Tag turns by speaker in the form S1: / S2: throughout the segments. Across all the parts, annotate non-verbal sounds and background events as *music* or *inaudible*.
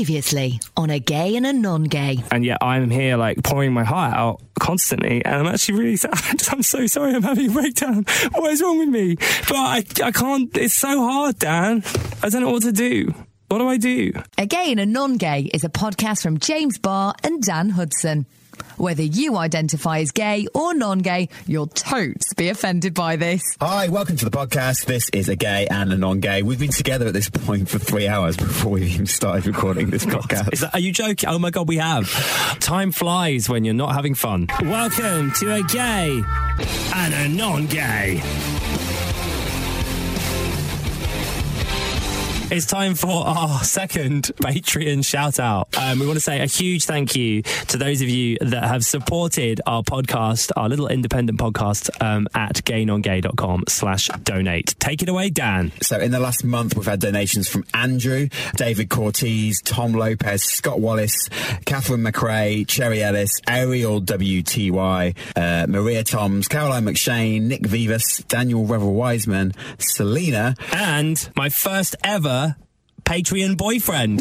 S1: Previously on a gay and a non gay.
S2: And yet I'm here like pouring my heart out constantly. And I'm actually really sad. *laughs* I'm so sorry I'm having a breakdown. What is wrong with me? But I, I can't, it's so hard, Dan. I don't know what to do. What do I do?
S1: A gay and a non gay is a podcast from James Barr and Dan Hudson. Whether you identify as gay or non gay, you'll totes be offended by this.
S3: Hi, welcome to the podcast. This is a gay and a non-gay. We've been together at this point for three hours before we even started recording
S2: *laughs*
S3: this podcast.
S2: Is that, are you joking? Oh my God, we have. Time flies when you're not having fun. Welcome to a gay and a non gay. It's time for our second Patreon shout out. Um, we want to say a huge thank you to those of you that have supported our podcast, our little independent podcast um, at gaynongay.com slash donate. Take it away, Dan.
S3: So in the last month, we've had donations from Andrew, David Cortez, Tom Lopez, Scott Wallace, Catherine McRae, Cherry Ellis, Ariel WTY, uh, Maria Toms, Caroline McShane, Nick Vivas, Daniel Revel Wiseman, Selena.
S2: And my first ever Patreon boyfriend.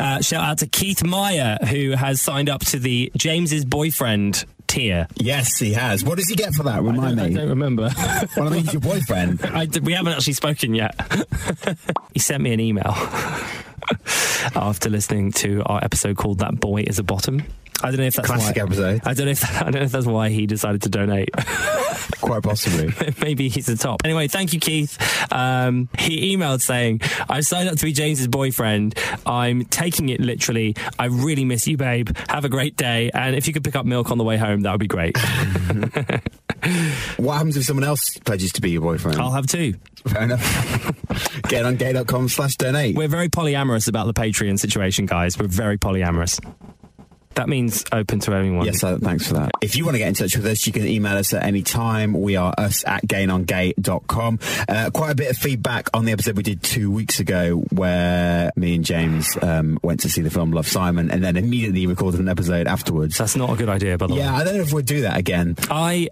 S2: Uh, shout out to Keith Meyer, who has signed up to the James's boyfriend tier.
S3: Yes, he has. What does he get for that? Remind
S2: I
S3: me.
S2: don't remember.
S3: Well, I mean, he's your boyfriend.
S2: *laughs* I d- we haven't actually spoken yet. *laughs* he sent me an email *laughs* after listening to our episode called "That Boy Is a Bottom." I don't know if that's
S3: Classic
S2: why,
S3: episode.
S2: I don't know if *laughs* I don't know if that's why he decided to donate. *laughs*
S3: Quite possibly.
S2: Maybe he's the top. Anyway, thank you, Keith. Um, he emailed saying, "I've signed up to be James's boyfriend. I'm taking it literally. I really miss you, babe. Have a great day. And if you could pick up milk on the way home, that would be
S3: *laughs*
S2: great.
S3: What happens if someone else pledges to be your boyfriend?
S2: I'll have two.
S3: Fair
S2: *laughs*
S3: enough. Get on gay.com slash donate.
S2: We're very polyamorous about the Patreon situation, guys. We're very polyamorous. That means open to anyone.
S3: Yes, uh, thanks for that. If you want to get in touch with us, you can email us at any time. We are us at gainongay.com. Uh, quite a bit of feedback on the episode we did two weeks ago where me and James um, went to see the film Love Simon and then immediately recorded an episode afterwards.
S2: That's not a good idea, by the
S3: Yeah,
S2: way.
S3: I don't know if we'll do that again.
S2: I.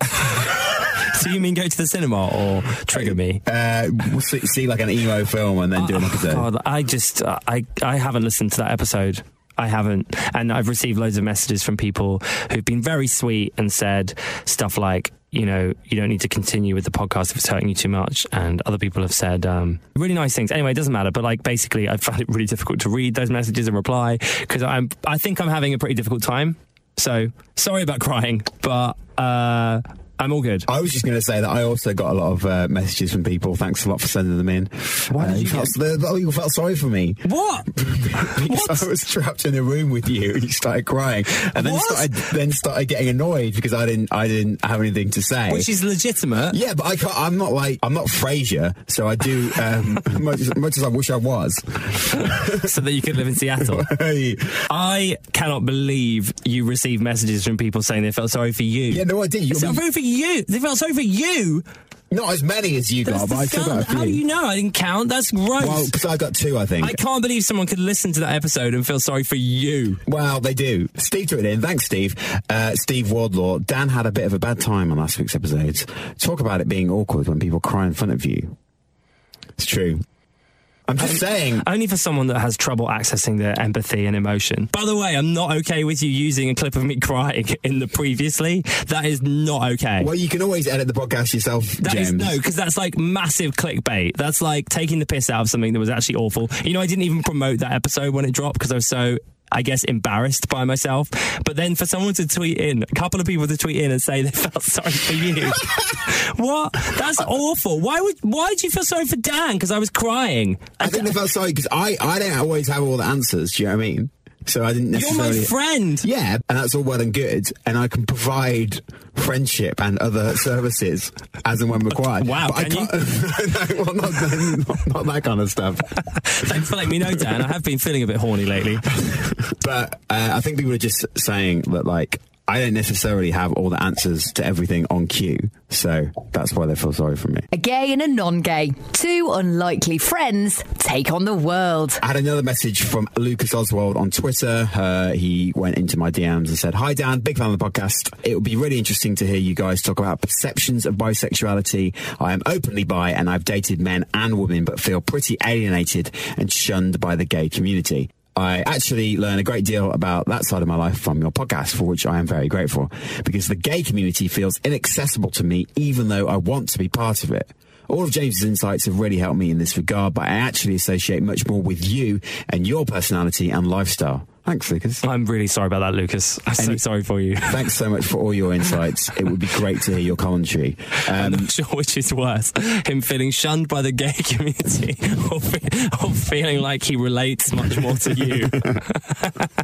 S2: *laughs* so you mean go to the cinema or trigger me?
S3: Uh, we'll see, see like an emo film and then do an episode.
S2: Oh, God, I just I I haven't listened to that episode. I haven't, and I've received loads of messages from people who've been very sweet and said stuff like, you know, you don't need to continue with the podcast if it's hurting you too much, and other people have said um, really nice things. Anyway, it doesn't matter, but like basically, I found it really difficult to read those messages and reply because I'm I think I'm having a pretty difficult time. So sorry about crying, but uh, I'm all good.
S3: I was just going to say that I also got a lot of uh, messages from people. Thanks a lot for sending them in.
S2: Why
S3: Uh,
S2: did you
S3: felt, the, oh, you felt sorry for me.
S2: What?
S3: Because I was trapped in a room with you and you started crying and then
S2: What?
S3: started then started getting annoyed because I didn't I didn't have anything to say.
S2: Which is legitimate.
S3: yeah, but I can't, I'm not like I'm not Frasier, so I do um, *laughs* much, as- much as I wish I was. *laughs*
S2: so that you could live in Seattle.
S3: yeah,
S2: I cannot believe you receive messages from people saying they felt sorry for you.
S3: no, I did.
S2: They
S3: You,
S2: felt sorry for you. They felt sorry for you.
S3: not as many as you
S2: That's
S3: got, but I still
S2: disgust-
S3: got a few.
S2: How do you know? I didn't count. That's gross.
S3: well, because I got two, I think.
S2: I can't believe someone could listen to that episode and feel sorry for you.
S3: Well, they do. Steve took it in. Thanks, Steve. Uh, Steve Wardlaw. Dan had a bit of a bad time on last week's episodes. Talk about it being awkward when people cry in front of you. It's true. I'm just saying.
S2: Only for someone that has trouble accessing their empathy and emotion. By the way, I'm not okay with you using a clip of me *laughs* crying in the previously. That is not okay.
S3: Well, you can always edit the podcast yourself,
S2: That
S3: James.
S2: is no, because that's like massive clickbait. That's like taking the piss out of something that was actually awful. You know, I didn't even promote that episode when it dropped because I was so. I guess embarrassed by myself, but then for someone to tweet in, a couple of people to tweet in and say they *laughs* felt sorry for
S3: *laughs*
S2: you. what? That's awful. Why would? Why did you feel sorry for Dan? Because I was crying.
S3: I think they felt sorry because I, I don't always have all the answers. Do you know what I mean? So I didn't
S2: You're my
S3: necessarily.
S2: friend.
S3: yeah, and that's all well and good, and I can provide friendship and other services as and when required.
S2: Wow,
S3: but
S2: can
S3: I can't, *laughs* no, well, not, not, not that kind of stuff.
S2: Thanks for letting me know, Dan. I have been feeling a bit horny lately.
S3: But uh, I think people are just saying that, like, I don't necessarily have all the answers to everything on cue, so that's why they feel sorry for me.
S1: A gay and a non gay. Two unlikely friends take on the world.
S3: I had another message from Lucas Oswald on Twitter. Uh, he went into my DMs and said, Hi, Dan, big fan of the podcast. It would be really interesting to hear you guys talk about perceptions of bisexuality. I am openly bi and I've dated men and women, but feel pretty alienated and shunned by the gay community. I actually learn a great deal about that side of my life from your podcast, for which I am very grateful, because the gay community feels inaccessible to me, even though I want to be part of it. All of James's insights have really helped me in this regard, but I actually associate much more with you and your personality and lifestyle. Thanks, Lucas.
S2: I'm really sorry about that, Lucas. I'm so
S3: Any-
S2: sorry for you.
S3: Thanks so much for all your insights. It would be great to hear your commentary. Um,
S2: Not sure *laughs* which is worse, him feeling shunned by the gay *laughs* community or, fe- or feeling like he relates much more to you. *laughs*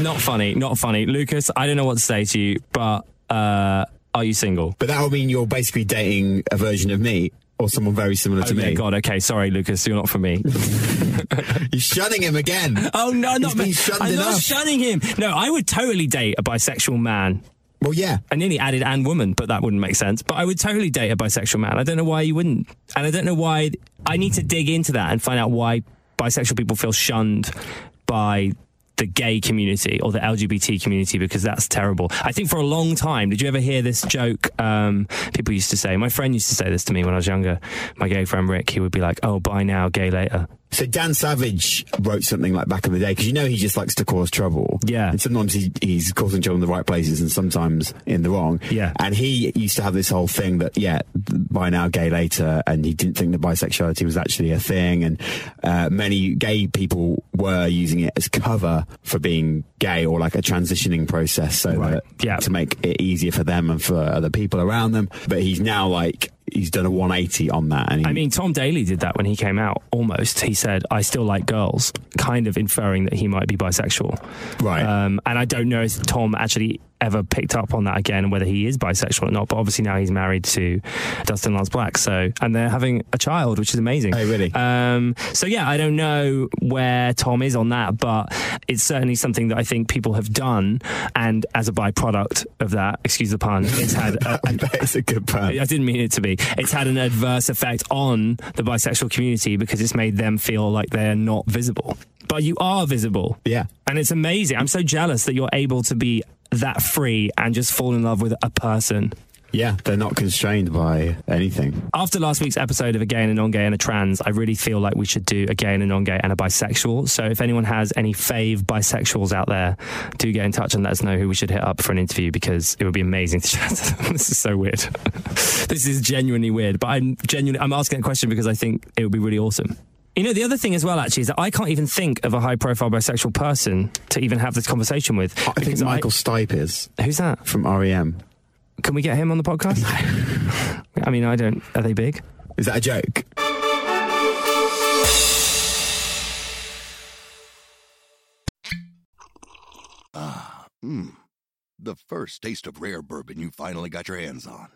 S2: not funny, not funny. Lucas, I don't know what to say to you, but uh, are you single?
S3: but that will mean you're basically dating a version of me or someone very similar to
S2: oh, yeah,
S3: me.
S2: God, okay, sorry, Lucas, you're not for
S3: *laughs*
S2: me.
S3: You're shunning him again.
S2: oh, no, not
S3: He's been
S2: me.
S3: shunned
S2: I'm not
S3: enough.
S2: shunning him. No, I would totally date a bisexual man.
S3: Well, yeah.
S2: I nearly added and woman, but that wouldn't make sense. But I would totally date a bisexual man. I don't know why you wouldn't. And I don't know why. I need to dig into that and find out why bisexual people feel shunned by the gay community or the LGBT community because that's terrible. I think for a long time, did you ever hear this joke? Um, people used to say, my friend used to say this to me when I was younger. My gay friend Rick, he would be like, oh, buy now, gay later.
S3: So Dan Savage wrote something like back in the day because you know he just likes to cause trouble.
S2: Yeah.
S3: And sometimes he, he's causing trouble in the right places and sometimes in the wrong.
S2: Yeah.
S3: And he used to have this whole thing that yeah, by now gay later, and he didn't think that bisexuality was actually a thing, and uh, many gay people were using it as cover for being gay or like a transitioning process, so
S2: Right.
S3: that
S2: Yeah.
S3: to make it easier for them and for other people around them. But he's now like he's done a 180 on that, and he,
S2: I mean, Tom Daly did that when he came out almost. He said, I still like girls, kind of inferring that he might be bisexual.
S3: right. *laughs*
S2: Um, and I don't know if Tom actually ever picked up on that again, whether he is bisexual or not. But obviously now he's married to Dustin Lance Black, so and they're having a child, which is amazing.
S3: Oh, really?
S2: Um, so yeah, I don't know where Tom is on that, but it's certainly something that I think people have done, and as a byproduct of that, excuse the pun, it's had a, *laughs* an
S3: that is a good pun.
S2: I didn't mean it to be. It's had an adverse effect on the bisexual community because it's made them feel like they're not visible. But you are visible.
S3: Yeah.
S2: And it's amazing. I'm so jealous that you're able to be that free and just fall in love with a person.
S3: Yeah, they're not constrained by anything.
S2: After last week's episode of a gay and a non-gay and a trans, I really feel like we should do a gay and a non-gay and a bisexual. So if anyone has any fave bisexuals out there, do get in touch and let us know who we should hit up for an interview because it would be amazing to *laughs* chat to them. This is so weird. *laughs* this is genuinely weird, but I'm genuinely I'm asking that question because I think it would be really awesome. You know, the other thing as well, actually, is that I can't even think of a high-profile bisexual person to even have this conversation with.
S3: I think
S2: because I-
S3: Michael Stipe is
S2: who's that?
S3: from E REM.
S2: Can we get him on the *laughs* podcast? I mean, I don't. Are they big?
S3: Is that a joke?
S4: Mmm. The first taste of rare bourbon you finally got your hands on.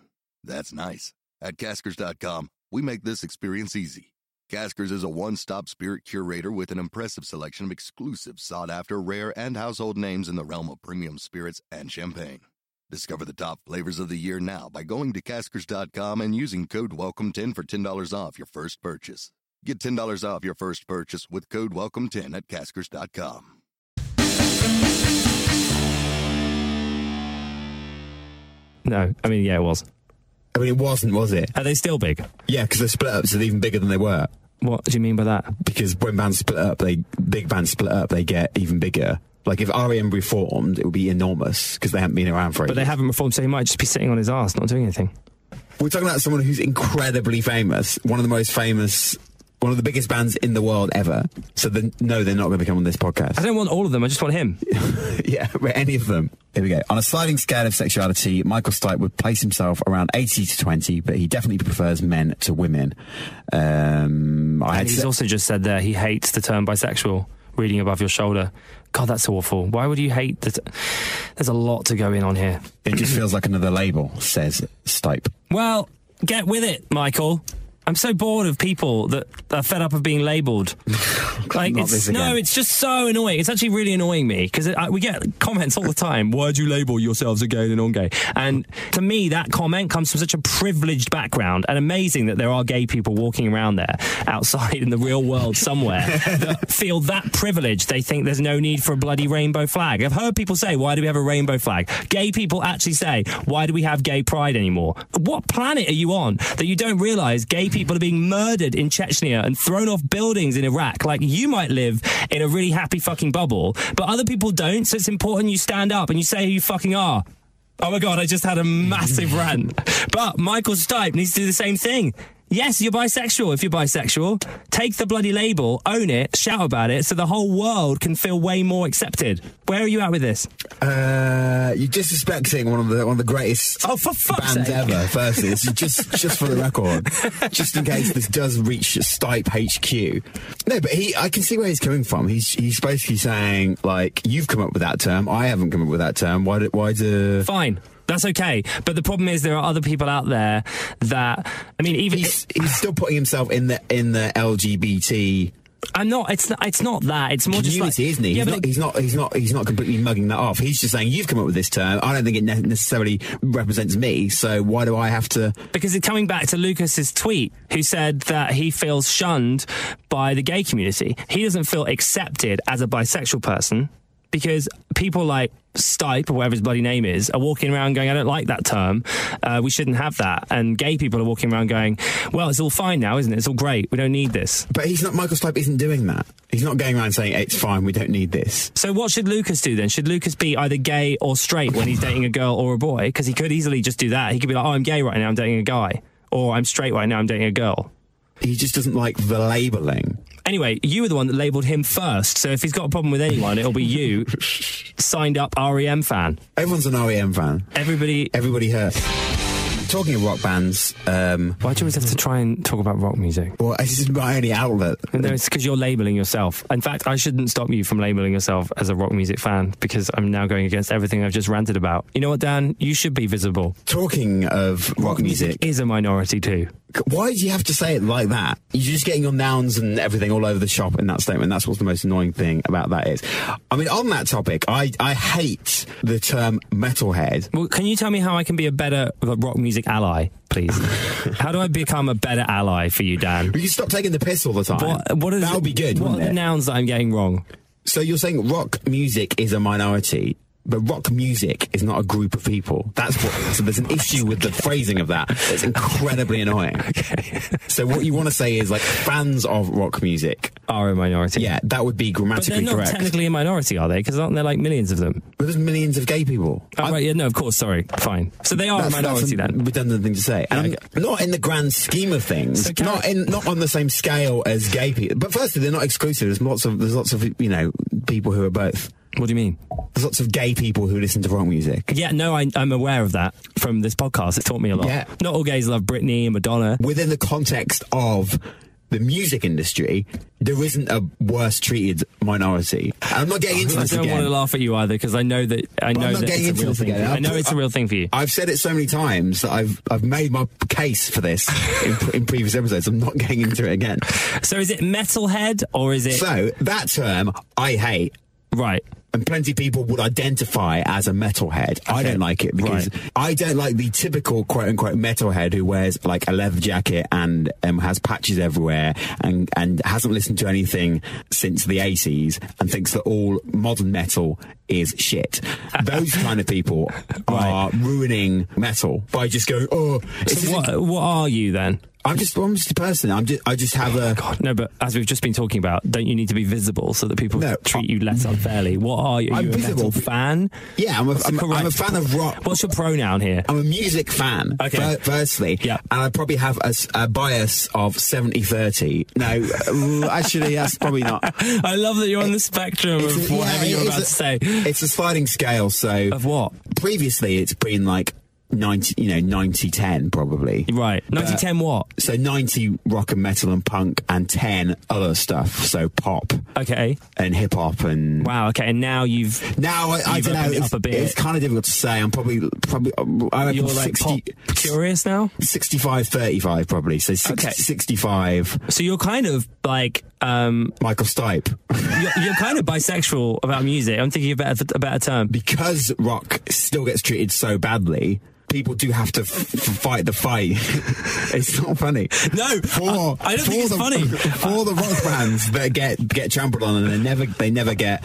S4: That's nice. At caskers.com, we make this experience easy. Caskers is a one stop spirit curator with an impressive selection of exclusive, sought after, rare, and household names in the realm of premium spirits and champagne. Discover the top flavors of the year now by going to caskers.com and using code WELCOME10 for $10 off your first purchase. Get $10 off your first purchase with code WELCOME10 at caskers.com.
S2: No, I mean, yeah, it was.
S3: I mean, it wasn't, was it?
S2: Are they still big?
S3: Yeah, because they split up, so they're even bigger than they were.
S2: What do you mean by that?
S3: Because when bands split up, they big bands split up, they get even bigger. Like if REM reformed, it would be enormous because they haven't been around for.
S2: But they
S3: ages.
S2: haven't reformed, so he might just be sitting on his ass, not doing anything.
S3: We're talking about someone who's incredibly famous, one of the most famous, one of the biggest bands in the world ever. So then, no, they're not going to come on this podcast.
S2: I don't want all of them. I just want him.
S3: *laughs* Yeah, but any of them. Here we go. On a sliding scale of sexuality, Michael Stipe would place himself around 80 to 20, but he definitely prefers men to women. Um, I
S2: And
S3: had
S2: he's
S3: se-
S2: also just said there he hates the term bisexual. Reading above your shoulder. God, that's awful. Why would you hate that? There's a lot to go in on here.
S3: it just feels like another label, says Stipe.
S2: Well, get with it, Michael. I'm so bored of people that are fed up of being *laughs* labelled. like,
S3: Not
S2: it's,
S3: this
S2: no,
S3: again.
S2: it's just so annoying. It's actually really annoying me because we get comments all the time. Why do you label yourselves a gay and a non-gay? And to me, that comment comes from such a privileged background, and amazing that there are gay people walking around there outside *laughs* in the real world somewhere that feel that privileged. They think there's no need for a bloody rainbow flag. I've heard people say, "Why do we have a rainbow flag?" Gay people actually say, "Why do we have gay pride anymore?" What planet are you on that you don't realize gay people are being murdered in Chechnya and thrown off buildings in Iraq? Like you might live in a really happy fucking bubble, but other people don't. So it's important you stand up and you say who you fucking are. Oh my god, I just had a massive rant. But Michael Stipe needs to do the same thing. Yes, you're bisexual if you're bisexual. Take the bloody label, own it, shout about it, so the whole world can feel way more accepted. Where are you at with this?
S3: Uh, you're disrespecting one of the one of the greatest
S2: Oh, for fuck's
S3: bands
S2: sake.
S3: ever. Firstly, This is
S2: *laughs*
S3: just just for the record, just in case this does reach Stipe HQ. No, but he, I can see where he's coming from. He's he's basically saying like, you've come up with that term. I haven't come up with that term. Why do, why do?
S2: Fine. That's okay. But the problem is there are other people out there that I mean even
S3: He's he's still putting himself in the in the LGBT
S2: I'm Uh, not it's not it's not that. It's more
S3: community,
S2: just like,
S3: isn't he?
S2: Yeah,
S3: he's,
S2: but
S3: not, he's not. He's not. He's not completely mugging that off. He's just saying you've come up with this term. I don't think it ne- necessarily represents me. So why do I have to?
S2: because it, coming back to Lucas's tweet, who said that he feels shunned by the gay community. He doesn't feel accepted as a bisexual person because people like Stipe or whatever his bloody name is are walking around going, "I don't like that term. Uh, we shouldn't have that." And gay people are walking around going, "Well, it's all fine now, isn't it? It's all great. We don't need this."
S3: But he's not. Michael Stipe isn't doing that. He's not going around saying it's fine. We don't need this.
S2: So what should Lucas do then? Should Lucas be either gay or straight when he's dating a girl or a boy? Because he could easily just do that. He could be like, "Oh, I'm gay right now. I'm dating a guy," or "I'm straight right now. I'm dating a girl."
S3: He just doesn't like the labeling.
S2: Anyway, you were the one that labelled him first. So if he's got a problem with anyone, it'll be you. Signed up REM fan.
S3: Everyone's an REM fan.
S2: Everybody.
S3: Everybody hurts. Talking of rock bands, um,
S2: Why do you always have to try and talk about rock music?
S3: well, this is my only outlet.
S2: No, it's because you're labelling yourself. In fact, I shouldn't stop you from labelling yourself as a rock music fan because I'm now going against everything I've just ranted about. You know what, Dan? You should be visible.
S3: Talking of rock music,
S2: is a minority too.
S3: why do you have to say it like that? You're just getting your nouns and everything all over the shop in that statement. That's what's the most annoying thing about that is. I mean, on that topic, I, I hate the term metalhead.
S2: Well, can you tell me how I can be a better rock music ally,
S3: *laughs*
S2: please? how do I become a better ally for you, Dan?
S3: But you stop taking the piss all the time.
S2: What, what is,
S3: that would be good,
S2: What
S3: wouldn't
S2: are the
S3: it?
S2: nouns that I'm getting wrong?
S3: so you're saying rock music is a minority, but rock music is not a group of people. That's what. so
S2: *laughs*
S3: there's an issue with the phrasing of that. It's incredibly annoying. So what you want to say is like fans of rock music.
S2: Are a minority.
S3: Yeah, that would be
S2: But they're
S3: grammatically
S2: not
S3: correct.
S2: technically a minority, are they? Because aren't there like millions of them?
S3: but there's millions of gay people.
S2: Oh,
S3: I-
S2: right, yeah, no, of course, sorry, fine. So they are a minority
S3: that's a
S2: then.
S3: Redundant thing to say. And Not in the grand scheme of things.
S2: So can
S3: not
S2: I-
S3: in not on the same scale as gay people. But firstly, they're not exclusive. There's lots of there's lots of you know people who are both.
S2: What do you mean?
S3: There's lots of gay people who listen to rock music.
S2: Yeah, no, I, I'm aware of that from this podcast. It taught me a lot.
S3: Yeah.
S2: Not all gays love Britney and Madonna.
S3: Within the context of the music industry, there isn't a worse treated minority. And I'm not getting into
S2: I
S3: this
S2: don't want to
S3: again.
S2: laugh at you either because I know that I
S3: But
S2: know
S3: I'm not
S2: that
S3: getting
S2: it's
S3: into
S2: a real
S3: this
S2: thing.
S3: again.
S2: for you. I know
S3: I'll
S2: it's a
S3: put-
S2: real thing for you.
S3: I've said it so many times that I've I've made my case for this in, in previous episodes. I'm not getting into it again.
S2: So is it metalhead or is it
S3: So that term I hate.
S2: right?
S3: and plenty of people would identify as a metalhead. I don't like it because
S2: Right.
S3: I don't like the typical quote unquote metalhead who wears like a leather jacket and um, has patches everywhere and, and hasn't listened to anything since the 80s and thinks that all modern metal is
S2: *laughs*
S3: shit. Those kind of people are ruining metal by just going, oh, it's
S2: So what, what are you then?
S3: I'm just, I'm just a person. I'm just, I just have a.
S2: God, no, but as we've just been talking about, don't you need to be visible so that people
S3: No,
S2: treat
S3: I-
S2: you less unfairly? What are you? Are
S3: I'm
S2: you a metal
S3: visible.
S2: fan?
S3: Yeah, I'm a,
S2: What's the
S3: I'm, a- I'm a
S2: correct-
S3: fan of rock.
S2: What's your pronoun here?
S3: I'm a music fan,
S2: Okay.
S3: fir- firstly.
S2: Yeah.
S3: And I probably have a, s- a bias of 70 30.
S2: *laughs*
S3: No, uh, actually, that's probably not.
S2: I love that you're on the spectrum
S3: It's a-
S2: of whatever
S3: yeah,
S2: you're
S3: it's
S2: about
S3: a-
S2: to say.
S3: It's a sliding scale, so
S2: Of what?
S3: previously it's been like 90, you know, 90 10 probably.
S2: Right.
S3: Uh,
S2: 9010 what?
S3: So 90 rock and metal and punk and 10 other stuff. So pop
S2: Okay.
S3: and hip hop and.
S2: Wow. Okay. And now you've.
S3: Now I, I
S2: You've
S3: don't know.
S2: opened it
S3: It's,
S2: up a bit.
S3: it's kind of difficult to say. I'm probably probably I reckon
S2: You're like
S3: 60,
S2: pop curious now?
S3: 65 35 probably. So 60,
S2: Okay.
S3: 65
S2: So you're kind of like. Um,
S3: Michael Stipe. *laughs*
S2: you're, you're kind of bisexual about music. I'm thinking about a, better- a better term.
S3: because rock still gets treated so badly, people do have to f- f- fight the fight. *laughs* it's not funny.
S2: No,
S3: for
S2: I- I don't
S3: for
S2: think it's
S3: the,
S2: funny.
S3: *laughs* for the rock bands that get get trampled on and they never they never get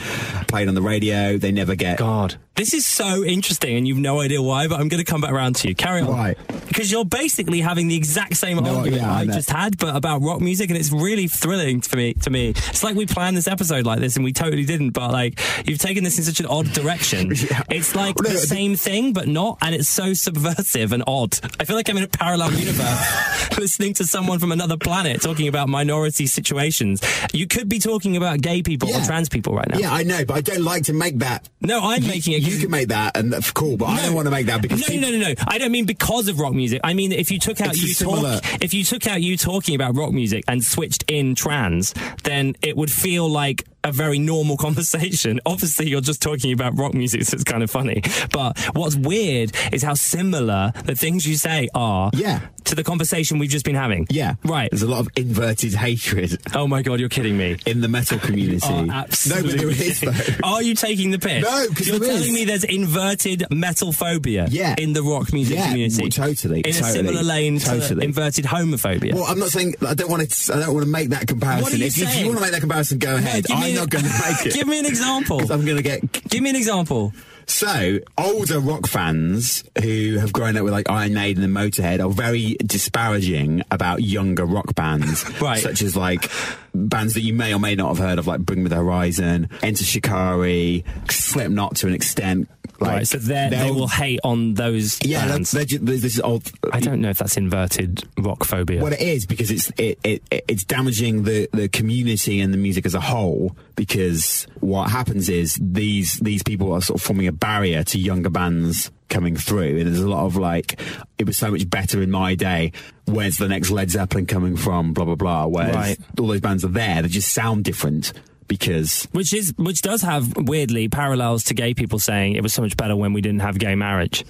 S3: played on the radio. They never get.
S2: God. This is so interesting, and you've no idea why, but I'm going to come back around to you. Carry on.
S3: Why?
S2: Because you're basically having the exact same
S3: No,
S2: argument
S3: yeah, I
S2: I,
S3: know.
S2: just had, but about rock music, and it's really thrilling for me. To me, it's like we planned this episode like this, and we totally didn't. But like, you've taken this in such an odd
S3: *laughs*
S2: direction. It's like
S3: Well, no,
S2: the
S3: the-
S2: same thing, but not, and it's so subversive and odd. I feel like I'm in a parallel
S3: *laughs*
S2: universe, listening to someone from another planet talking about minority situations. You could be talking about gay people or
S3: Yeah.
S2: trans people right now.
S3: Yeah, I know, but I don't like to make that.
S2: No, I'm making it.
S3: You can make that, and that's cool. But I don't want to make that because
S2: No,
S3: people-
S2: no, no, no. I don't mean because of rock music. I mean if you took out
S3: It's
S2: you
S3: a similar-
S2: talk, if you took out you talking about rock music and switched in trans, then it would feel like a very normal *laughs* conversation. Obviously, you're just talking about rock music, so it's kind of funny. But what's weird is how similar the things you say are
S3: Yeah.
S2: to the conversation we've just been having.
S3: Yeah,
S2: Right.
S3: There's a lot of inverted hatred
S2: Oh my God, you're kidding me.
S3: in the metal community.
S2: Oh,
S3: No, but
S2: absolutely.
S3: there is though.
S2: Are you taking the piss?
S3: No, 'cause
S2: you're
S3: there
S2: telling
S3: is.
S2: me there's inverted metal phobia
S3: Yeah.
S2: in the rock music
S3: Yeah,
S2: community.
S3: well, totally,
S2: In a
S3: totally,
S2: similar lane to
S3: totally.
S2: inverted homophobia.
S3: *laughs* Well, I'm not saying I don't want to. I don't want to make that comparison.
S2: What are you
S3: if, you, if
S2: saying?
S3: you want to make that comparison, go
S2: No,
S3: ahead.
S2: give me
S3: I'm
S2: an- *laughs*
S3: not going to make it.
S2: Give me an example.
S3: *laughs* 'Cause I'm going to get
S2: Give me an example.
S3: so older rock fans who have grown up with like Iron Maiden and Motorhead are very disparaging about younger rock bands,
S2: *laughs* Right.
S3: Such as like bands that you may or may not have heard of, like Bring Me the Horizon, Enter Shikari, Slipknot to an extent. Like
S2: right, so they're- they
S3: they'll-
S2: will hate on those
S3: *laughs* Yeah,
S2: bands.
S3: that's, they're ju- this is old.
S2: I don't know if that's inverted rock phobia.
S3: Well, it is because it's it, it it's damaging the the community and the music as a whole. Because what happens is these these people are sort of forming a barrier to younger bands coming through. And there's a lot of like, it was so much better in my day. Where's the next Led Zeppelin coming from? Blah blah blah. Whereas
S2: Right.
S3: all those bands are there, they just sound different because
S2: which is which does have weirdly parallels to gay people saying it was so much better when we didn't have gay marriage.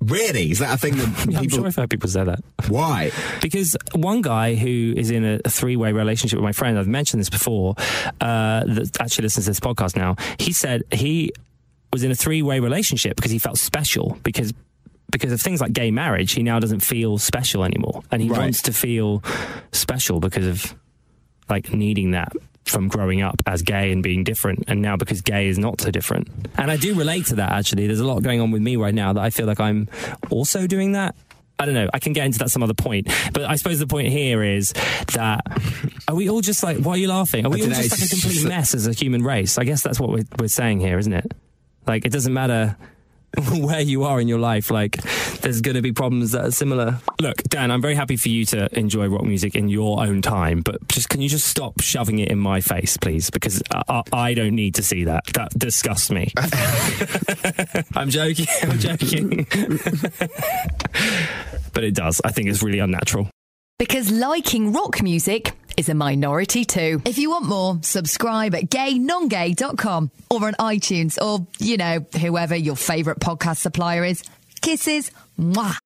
S3: really is that a
S2: *laughs*
S3: thing that
S2: I'm
S3: people
S2: sure I've heard people say that.
S3: why
S2: Because one guy who is in a, a three-way relationship with my friend, I've mentioned this before, uh, that actually listens to this podcast now. He said he was in a three-way relationship because he felt special because because of things like gay marriage. He now doesn't feel special anymore, and he
S3: Right.
S2: wants to feel special because of like needing that from growing up as gay and being different and now because gay is not so different and i do relate to that actually there's a lot going on with me right now that i feel like i'm also doing that i don't know i can get into that some other point but i suppose the point here is that are we all just like why are you laughing are we all
S3: dunno,
S2: just like a
S3: it's
S2: complete
S3: just-
S2: mess as a human race i guess that's what we're, we're saying here isn't it like it doesn't matter *laughs* where you are in your life, like there's going to be problems that are similar. Look, Dan, I'm very happy for you to enjoy rock music in your own time, but just can you just stop shoving it in my face, please? Because I, I, I don't need to see that. That disgusts me. *laughs* I'm joking. I'm joking. *laughs* but it does. I think it's really unnatural.
S1: Because liking rock music is a minority too. If you want more, subscribe at gaynongay.com or on iTunes or, you know, whoever your favourite podcast supplier is. Kisses. Mwah.